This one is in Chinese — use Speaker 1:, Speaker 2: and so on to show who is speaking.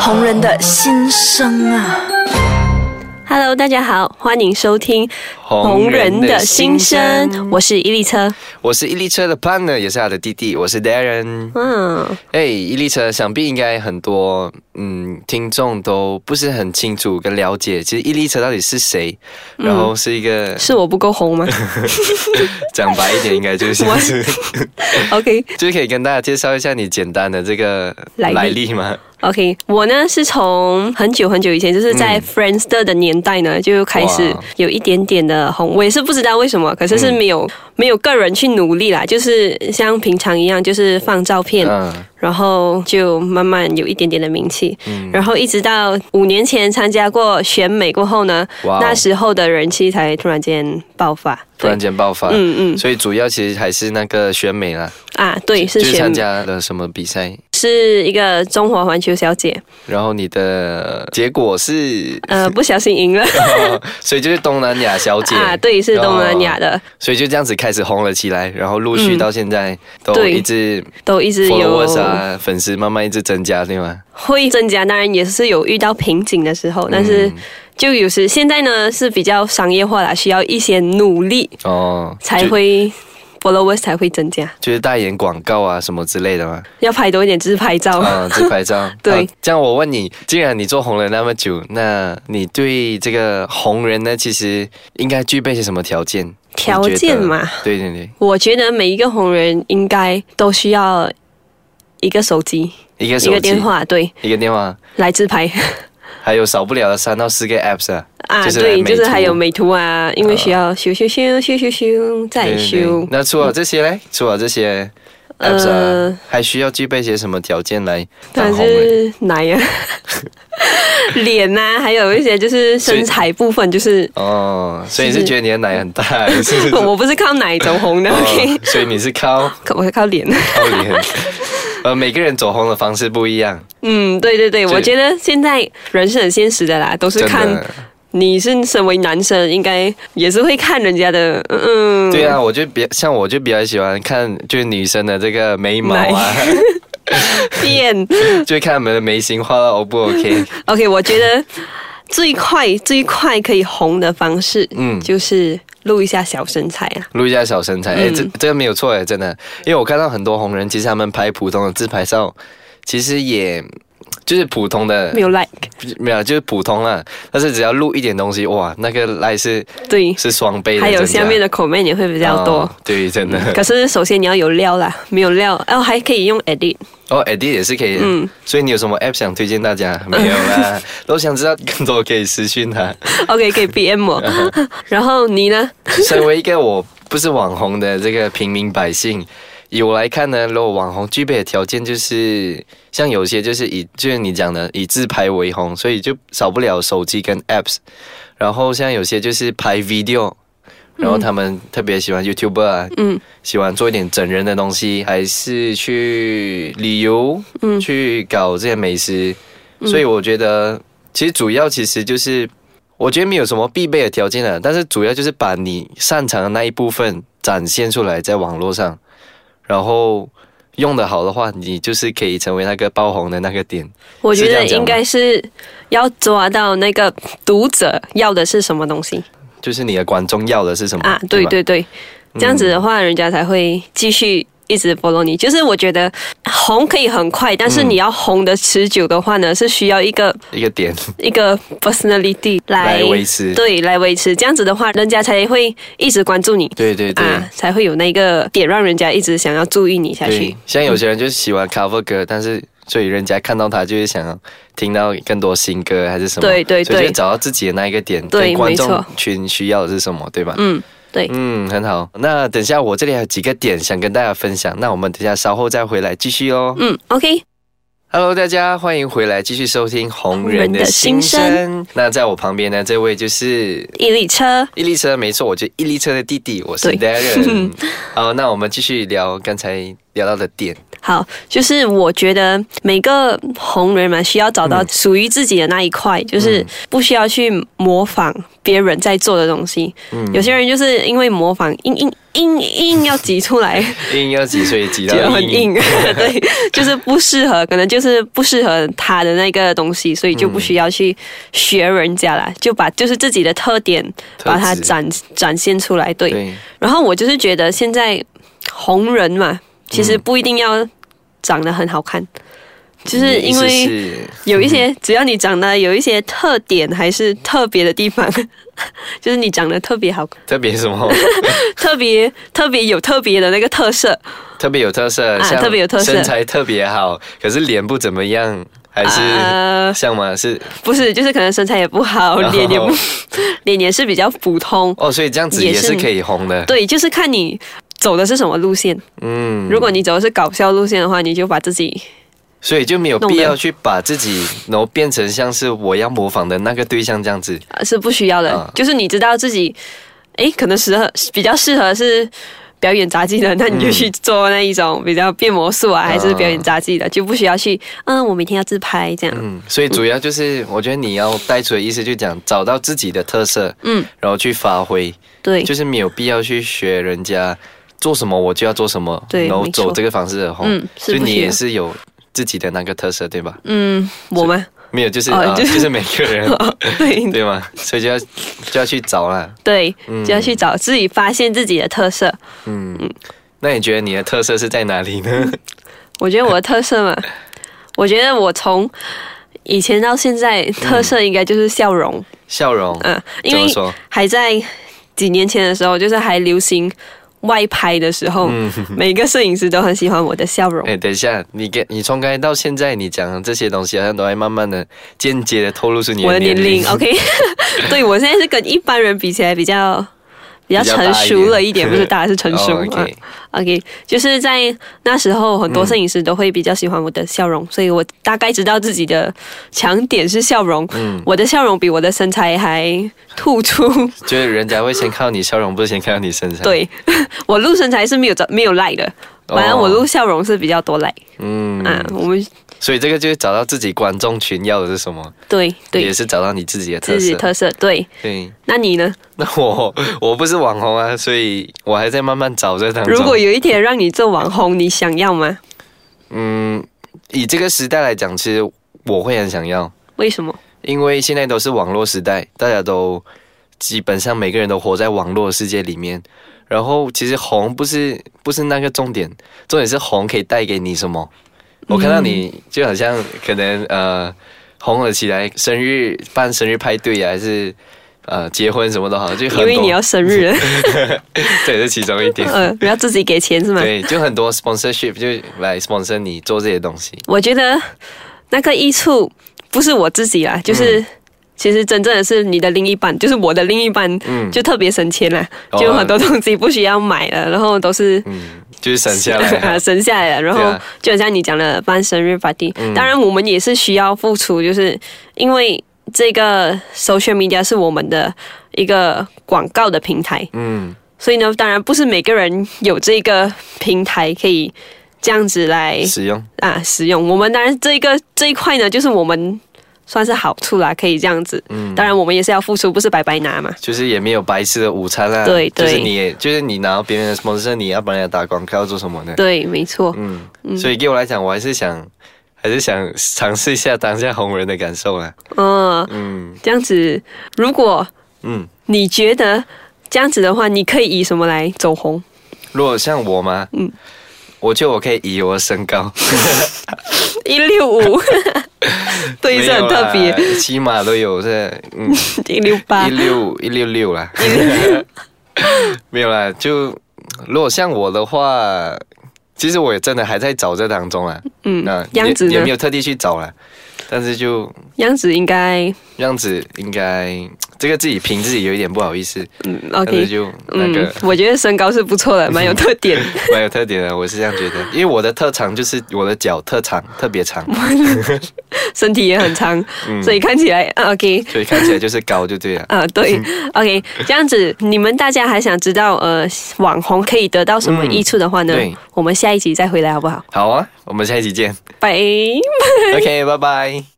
Speaker 1: 同人的心声啊！
Speaker 2: Hello，大家好，欢迎收听《
Speaker 3: 红人的心声
Speaker 2: 我是伊丽车。
Speaker 3: 我是伊利车的 partner，也是他的弟弟，我是 Darren。
Speaker 2: 嗯，
Speaker 3: 哎、伊利车，想必应该很多嗯听众都不是很清楚跟了解，其实伊利车到底是谁，然后是一个、
Speaker 2: 是我不够红 吗
Speaker 3: 讲白一点，应该就是
Speaker 2: ？OK
Speaker 3: 就是可以跟大家介绍一下你简单的这个
Speaker 2: 来历
Speaker 3: 来历吗？
Speaker 2: OK，我呢是从很久很久以前，就是在 Friendster 的年代呢，就开始
Speaker 3: 嗯哇嗯
Speaker 2: 有一点点的红。我也是不知道为什么，可是是没有、没有个人去努力啦，就是像平常一样，就是放照片，
Speaker 3: 嗯
Speaker 2: 然后就慢慢有一点点的名气，
Speaker 3: 嗯
Speaker 2: 然后一直到五年前参加过选美过后呢，
Speaker 3: 哇哦
Speaker 2: 那时候的人气才突然间爆发。
Speaker 3: 突然
Speaker 2: 对
Speaker 3: 间爆发。
Speaker 2: 嗯嗯
Speaker 3: 所以主要其实还是那个选美啦，
Speaker 2: 啊，对，是
Speaker 3: 就是
Speaker 2: 选
Speaker 3: 参
Speaker 2: 美，
Speaker 3: 加了什么比赛，
Speaker 2: 是一个中华环球小姐，
Speaker 3: 然后你的结果是，
Speaker 2: 呃，不小心赢了
Speaker 3: 所以就是东南亚小姐哦
Speaker 2: 啊，对，是东南亚的，
Speaker 3: 所以就这样子开始红了起来，然后陆续
Speaker 2: 嗯
Speaker 3: 到现在都
Speaker 2: 对
Speaker 3: 一直
Speaker 2: 都一直有
Speaker 3: followers 啊，粉丝慢慢一直增加，对吗？
Speaker 2: 会增加，当然也是有遇到瓶颈的时候，但
Speaker 3: 嗯
Speaker 2: 是就有时现在呢是比较商业化啦，需要一些努力
Speaker 3: 哦，
Speaker 2: 才
Speaker 3: 就
Speaker 2: 会 followers 才会增加，
Speaker 3: 就是代言广告啊什么之类的嘛，
Speaker 2: 要拍多一点自拍照。
Speaker 3: 啊，自拍照。
Speaker 2: 哦 对
Speaker 3: 好这样我问你，既然你做红了那么久，那你对这个红人呢，其实应该具备些什么条件？
Speaker 2: 条件嘛
Speaker 3: 你觉得？对对对，
Speaker 2: 我觉得每一个红人应该都需要一个手机、
Speaker 3: 一个手
Speaker 2: 一个
Speaker 3: 机，
Speaker 2: 电，话，对，
Speaker 3: 一个电话，
Speaker 2: 来自拍
Speaker 3: 还有少不了的三到四个 apps 啊。
Speaker 2: 啊，
Speaker 3: 就是
Speaker 2: 对，
Speaker 3: 美
Speaker 2: 就是
Speaker 3: 图
Speaker 2: 还有美图啊，因为需要修修修修修修
Speaker 3: 对
Speaker 2: 再
Speaker 3: 对
Speaker 2: 修
Speaker 3: 对。那除了这些嘞，除了这些 apps 啊，
Speaker 2: 呃
Speaker 3: 还需要具备些什么条件来当
Speaker 2: 但
Speaker 3: 红人？
Speaker 2: 是奶呀、 脸呐、还有一些就是身材部分， 就是
Speaker 3: 哦，所以你
Speaker 2: 是
Speaker 3: 是觉得你的奶很大，还是
Speaker 2: 我不是靠奶走红的、o
Speaker 3: 哦
Speaker 2: k，
Speaker 3: 所以你是靠
Speaker 2: 我是靠脸。
Speaker 3: 靠脸。呃，每个人走红的方式不一样，
Speaker 2: 嗯，对对对，
Speaker 3: 就
Speaker 2: 我觉得现在人是很现实的啦，都是
Speaker 3: 真
Speaker 2: 看
Speaker 3: 的。
Speaker 2: 你是身为男生，应该也是会看人家的，嗯，嗯
Speaker 3: 对啊，我就比像我就比较喜欢看就是女生的这个眉毛啊，
Speaker 2: 变。
Speaker 3: 就看我们的眉形画到 O 不 OK？
Speaker 2: OK，我觉得最快最快可以红的方式，
Speaker 3: 嗯
Speaker 2: 就是录一下小身材啊。
Speaker 3: 录一下小身材，哎、这这个没有错哎，真的，因为我看到很多红人，其实他们拍普通的自拍照，其实也就是普通的
Speaker 2: 没，有 like，
Speaker 3: 没有就是普通啦，但是只要录一点东西，哇，那个来是
Speaker 2: 对，
Speaker 3: 是双倍的增
Speaker 2: 还
Speaker 3: 加，
Speaker 2: 有下面的 comment 也会比较多。嗯
Speaker 3: 哦对，真的。
Speaker 2: 可是首先你要有料啦，没有料，哦，还可以用 edit。
Speaker 3: 哦，edit 也是可以的。
Speaker 2: 嗯
Speaker 3: 所以你有什么 app 想推荐大家？没有 啦，如果想知道更多可以私讯他。
Speaker 2: OK，可以 BM
Speaker 3: 嗯
Speaker 2: 我。然后你呢？
Speaker 3: 身为一个我不是网红的这个平民百姓，以我来看呢，如果网红具备的条件就是，像有些就是以就是你讲的以自拍为红，所以就少不了手机跟 apps。然后像有些就是拍 video，然后他们特别喜欢 YouTuber 啊，
Speaker 2: 嗯，
Speaker 3: 喜欢做一点整人的东西，还是去旅游，
Speaker 2: 嗯
Speaker 3: 去搞这些美食。所以我觉得，其实主要其实就是，我觉得没有什么必备的条件啊了，但是主要就是把你擅长的那一部分展现出来在网络上，然后用得好的话，你就是可以成为那个爆红的那个点。
Speaker 2: 我觉
Speaker 3: 是这
Speaker 2: 得
Speaker 3: 样讲吗
Speaker 2: 应该是要抓到那个读者要的是什么东西
Speaker 3: 就是你的观众要的是什么
Speaker 2: 啊？对
Speaker 3: 吧
Speaker 2: 对对，这样子的话，人家才会继续。一直 follow 你，就是我觉得红可以很快，但是你要红的持久的话呢，是需要一个
Speaker 3: 一个点
Speaker 2: 一个 personality 来
Speaker 3: 来维持。
Speaker 2: 对来维持，这样子的话，人家才会一直关注你。
Speaker 3: 对对对。
Speaker 2: 啊，才会有那个点让人家一直想要注意你下去
Speaker 3: 对。，像有些人就是喜欢 cover 歌，但是所以人家看到他就会想要听到更多新歌还是什么，
Speaker 2: 对对
Speaker 3: 所以
Speaker 2: 对
Speaker 3: 就找到自己的那一个点，
Speaker 2: 对
Speaker 3: 跟观
Speaker 2: 没
Speaker 3: 众
Speaker 2: 错
Speaker 3: 群需要的是什么，对吧？
Speaker 2: 嗯，对，
Speaker 3: 嗯，很好。那等下我这里还有几个点想跟大家分享，那我们等下稍后再回来继续哦。
Speaker 2: 嗯，OK，
Speaker 3: Hello，大家欢迎回来，继续收听《红人的心声》
Speaker 2: 红
Speaker 3: 那在我旁边呢，这位就是
Speaker 2: 一粒车，
Speaker 3: 伊利车，没错，我就是伊利车的弟弟，我是
Speaker 2: 对
Speaker 3: Darren。好，那我们继续聊刚才聊到的点。
Speaker 2: 好，就是我觉得每个红人嘛，需要找
Speaker 3: 嗯
Speaker 2: 到属于自己的那一块，就是不需要去模仿别人在做的东西。
Speaker 3: 嗯
Speaker 2: 有些人就是因为模仿，硬硬硬硬要挤出 来，
Speaker 3: 硬要挤，所以 挤
Speaker 2: 觉得
Speaker 3: 到
Speaker 2: 很硬，对，就是不适合，可能就是不适合他的那个东西，所以就不需要去学人家啦，就把就是自己的特点
Speaker 3: 特
Speaker 2: 把它
Speaker 3: 质
Speaker 2: 展展现出来，对。
Speaker 3: 对，
Speaker 2: 然后我就是觉得现在红人
Speaker 3: 嗯
Speaker 2: 嘛，其实不一定要长得很好看，就是因
Speaker 3: 意
Speaker 2: 为
Speaker 3: 思是嗯
Speaker 2: 有一些，只要你长得有一些特点还是特别的地方， 就是你长得特别好，
Speaker 3: 特别什 么，
Speaker 2: 特别特别有特别的那个特色，
Speaker 3: 特别有特色，
Speaker 2: 啊
Speaker 3: 像
Speaker 2: 特别有特色
Speaker 3: 身材特别好，可是脸不怎么样，还是
Speaker 2: 呃，
Speaker 3: 像吗？是
Speaker 2: 不是，就是可能身材也不好，
Speaker 3: 然后
Speaker 2: 脸也不脸也是比较普通，
Speaker 3: 哦，所以这样子
Speaker 2: 也
Speaker 3: 也
Speaker 2: 是
Speaker 3: 是可以红的。
Speaker 2: 对，就是看你走的是什么路线。
Speaker 3: 嗯，
Speaker 2: 如果你走的是搞笑路线的话，你就把自己
Speaker 3: 所以就没有
Speaker 2: 弄得
Speaker 3: 必要去把自己，然后变成像是我要模仿的那个对象这样子。
Speaker 2: 呃是不需要的，
Speaker 3: 啊
Speaker 2: 就是你知道自己，诶，可能适合比较适合是表演杂技的，那
Speaker 3: 嗯
Speaker 2: 你就去做那一种比较变魔术啊，还是表演杂技的，就不需要去，嗯，我每天要自拍这样，
Speaker 3: 嗯，所以主要就是我觉得你要带出的意思就讲找到自己的特色，
Speaker 2: 嗯，
Speaker 3: 然后去发挥，
Speaker 2: 对，
Speaker 3: 就是没有必要去学人家做什么我就要做什么，
Speaker 2: 对
Speaker 3: 然后
Speaker 2: 没错
Speaker 3: 走这个方式的红。
Speaker 2: 嗯是
Speaker 3: 哦所以
Speaker 2: 不
Speaker 3: 你
Speaker 2: 需要
Speaker 3: 也是有自己的那个特色对吧？
Speaker 2: 嗯，我吗？
Speaker 3: 没有，就是、
Speaker 2: 哦
Speaker 3: 呃
Speaker 2: 就
Speaker 3: 就是是每 个人
Speaker 2: 对
Speaker 3: 对嗯吗？所以就要就要去找啦。
Speaker 2: 对，就要去找自己发现自己的特色。
Speaker 3: 那你觉得你的特色是在哪里呢？
Speaker 2: 嗯我觉得我的特色嘛，我觉得我从以前到现在特色应该就是笑容，
Speaker 3: 笑容。
Speaker 2: 嗯，因
Speaker 3: 嗯怎
Speaker 2: 为
Speaker 3: 么说？
Speaker 2: 还在几年前的时候，就是还流行外拍的时候，每个摄影师都很喜欢我的笑容。
Speaker 3: 嗯哎、等一下，你给你从刚才到现在，你讲的这些东西，好像都在慢慢的、间接的透露出你
Speaker 2: 我的
Speaker 3: 的
Speaker 2: 年龄哦
Speaker 3: 龄。
Speaker 2: ，OK，对 我现在是跟一般人比起来比较比较
Speaker 3: 比较大
Speaker 2: 成
Speaker 3: 一
Speaker 2: 熟了一点，
Speaker 3: 点
Speaker 2: 不是大是成熟、
Speaker 3: 哦
Speaker 2: 啊
Speaker 3: OK，
Speaker 2: OK，就是在那时候，很多摄影师都会比较喜欢我的笑容，所以我大概知道自己的强点是笑容。我的笑容比我的身材还突出，
Speaker 3: 嗯 就是人家会先看到你笑容，不是先看到你身材。，
Speaker 2: 对 我录身材是没有没有赖的，反
Speaker 3: 哦
Speaker 2: 正我录笑容是比较多赖。
Speaker 3: 嗯，
Speaker 2: 啊，我们
Speaker 3: 所以这个就是找到自己观众群要的是什么，
Speaker 2: 对
Speaker 3: 也
Speaker 2: 对
Speaker 3: 是找到你自己的特色。
Speaker 2: 自己特色对。
Speaker 3: 对，
Speaker 2: 那你呢？
Speaker 3: 那我我不是网红啊，所以我还在慢慢找这当中。
Speaker 2: 如果有一天让你做网红，你想要吗？
Speaker 3: 嗯，以这个时代来讲，其实我会很想要，
Speaker 2: 为什么？
Speaker 3: 因为现在都是网络时代，大家都基本上每个人都活在网络世界里面。然后其实红不是不是那个重点，重点是红可以带给你什么。我看到你就好像可能呃红了起来，生日办生日派对啊，还是呃结婚什么都好，就很
Speaker 2: 因
Speaker 3: 多。
Speaker 2: 为你 要生日 了，
Speaker 3: 对，这是其中一 点。
Speaker 2: 呃，不要自己给钱是吗？
Speaker 3: 对，就很多 sponsorship 就来 sponsor 你做这些东西。
Speaker 2: 我觉得那个益处不是我自己啦，就是、
Speaker 3: 嗯
Speaker 2: 其实真正的是你的另一半，就是我的另一半，
Speaker 3: 嗯
Speaker 2: 就特别省钱啦，
Speaker 3: 哦
Speaker 2: 就很多东西不需要买了，然后都是。
Speaker 3: 嗯，就是省下来 啊、
Speaker 2: 啊省下来了。然
Speaker 3: 对
Speaker 2: 后
Speaker 3: 啊嗯
Speaker 2: 就很像你讲的办生日 party，、当然我们也是需要付出，就是因为这个 social media 是我们的一个广告的平台，
Speaker 3: 嗯，
Speaker 2: 所以呢，当然不是每个人有这个平台可以这样子来
Speaker 3: 使用。
Speaker 2: 啊使用。我们当然这个这一块呢，就是我们。算是好处啦，可以这样子。
Speaker 3: 嗯
Speaker 2: 当然我们也是要付出，不是白白拿嘛。
Speaker 3: 就是也没有白吃的午餐啦、
Speaker 2: 对
Speaker 3: 就是
Speaker 2: 对
Speaker 3: 你也就是你拿到别人的 sponsor，你要帮人家打广告做什么呢？
Speaker 2: 对，没错。
Speaker 3: 嗯，所以给我来讲，我还是想还是想尝试一下当下红人的感受啊啦。
Speaker 2: 嗯、
Speaker 3: 嗯
Speaker 2: 这样子，如果
Speaker 3: 嗯，
Speaker 2: 你觉得这样子的话，你可以以什么来走红？
Speaker 3: 如果像我吗？嗯，我觉得我可以以我的身 高，
Speaker 2: 一六 五，对，是很特别
Speaker 3: 没，有啦，起码都有这嗯
Speaker 2: 一六 八
Speaker 3: 一，六一六六啦， 没有啦。就如果像我的话，其实我也真的还在找这当中啦。
Speaker 2: 嗯
Speaker 3: 那，
Speaker 2: 样子
Speaker 3: 也也没
Speaker 2: 呢？
Speaker 3: 有特地去找啦，但是就
Speaker 2: 样子应该
Speaker 3: 样子应该这个自己评自己有一点不好意思，
Speaker 2: 嗯
Speaker 3: 但是
Speaker 2: ，OK，
Speaker 3: 就那个
Speaker 2: 嗯，我觉得身高是不错的，蛮有特点。
Speaker 3: 蛮有特点的，我是这样觉得，因为我的特长就是我的脚特长特别 长，
Speaker 2: 身体也很长，
Speaker 3: 嗯
Speaker 2: 所以看起来、啊、OK
Speaker 3: 所以看起来就是高就对了。
Speaker 2: 啊、对
Speaker 3: 嗯
Speaker 2: OK，这样子你们大家还想知道呃网红可以得到什么益处的话呢？
Speaker 3: 嗯对
Speaker 2: 我们下一集再回来好不好？
Speaker 3: 好啊，我们下一期见。
Speaker 2: 拜。
Speaker 3: OK，拜拜。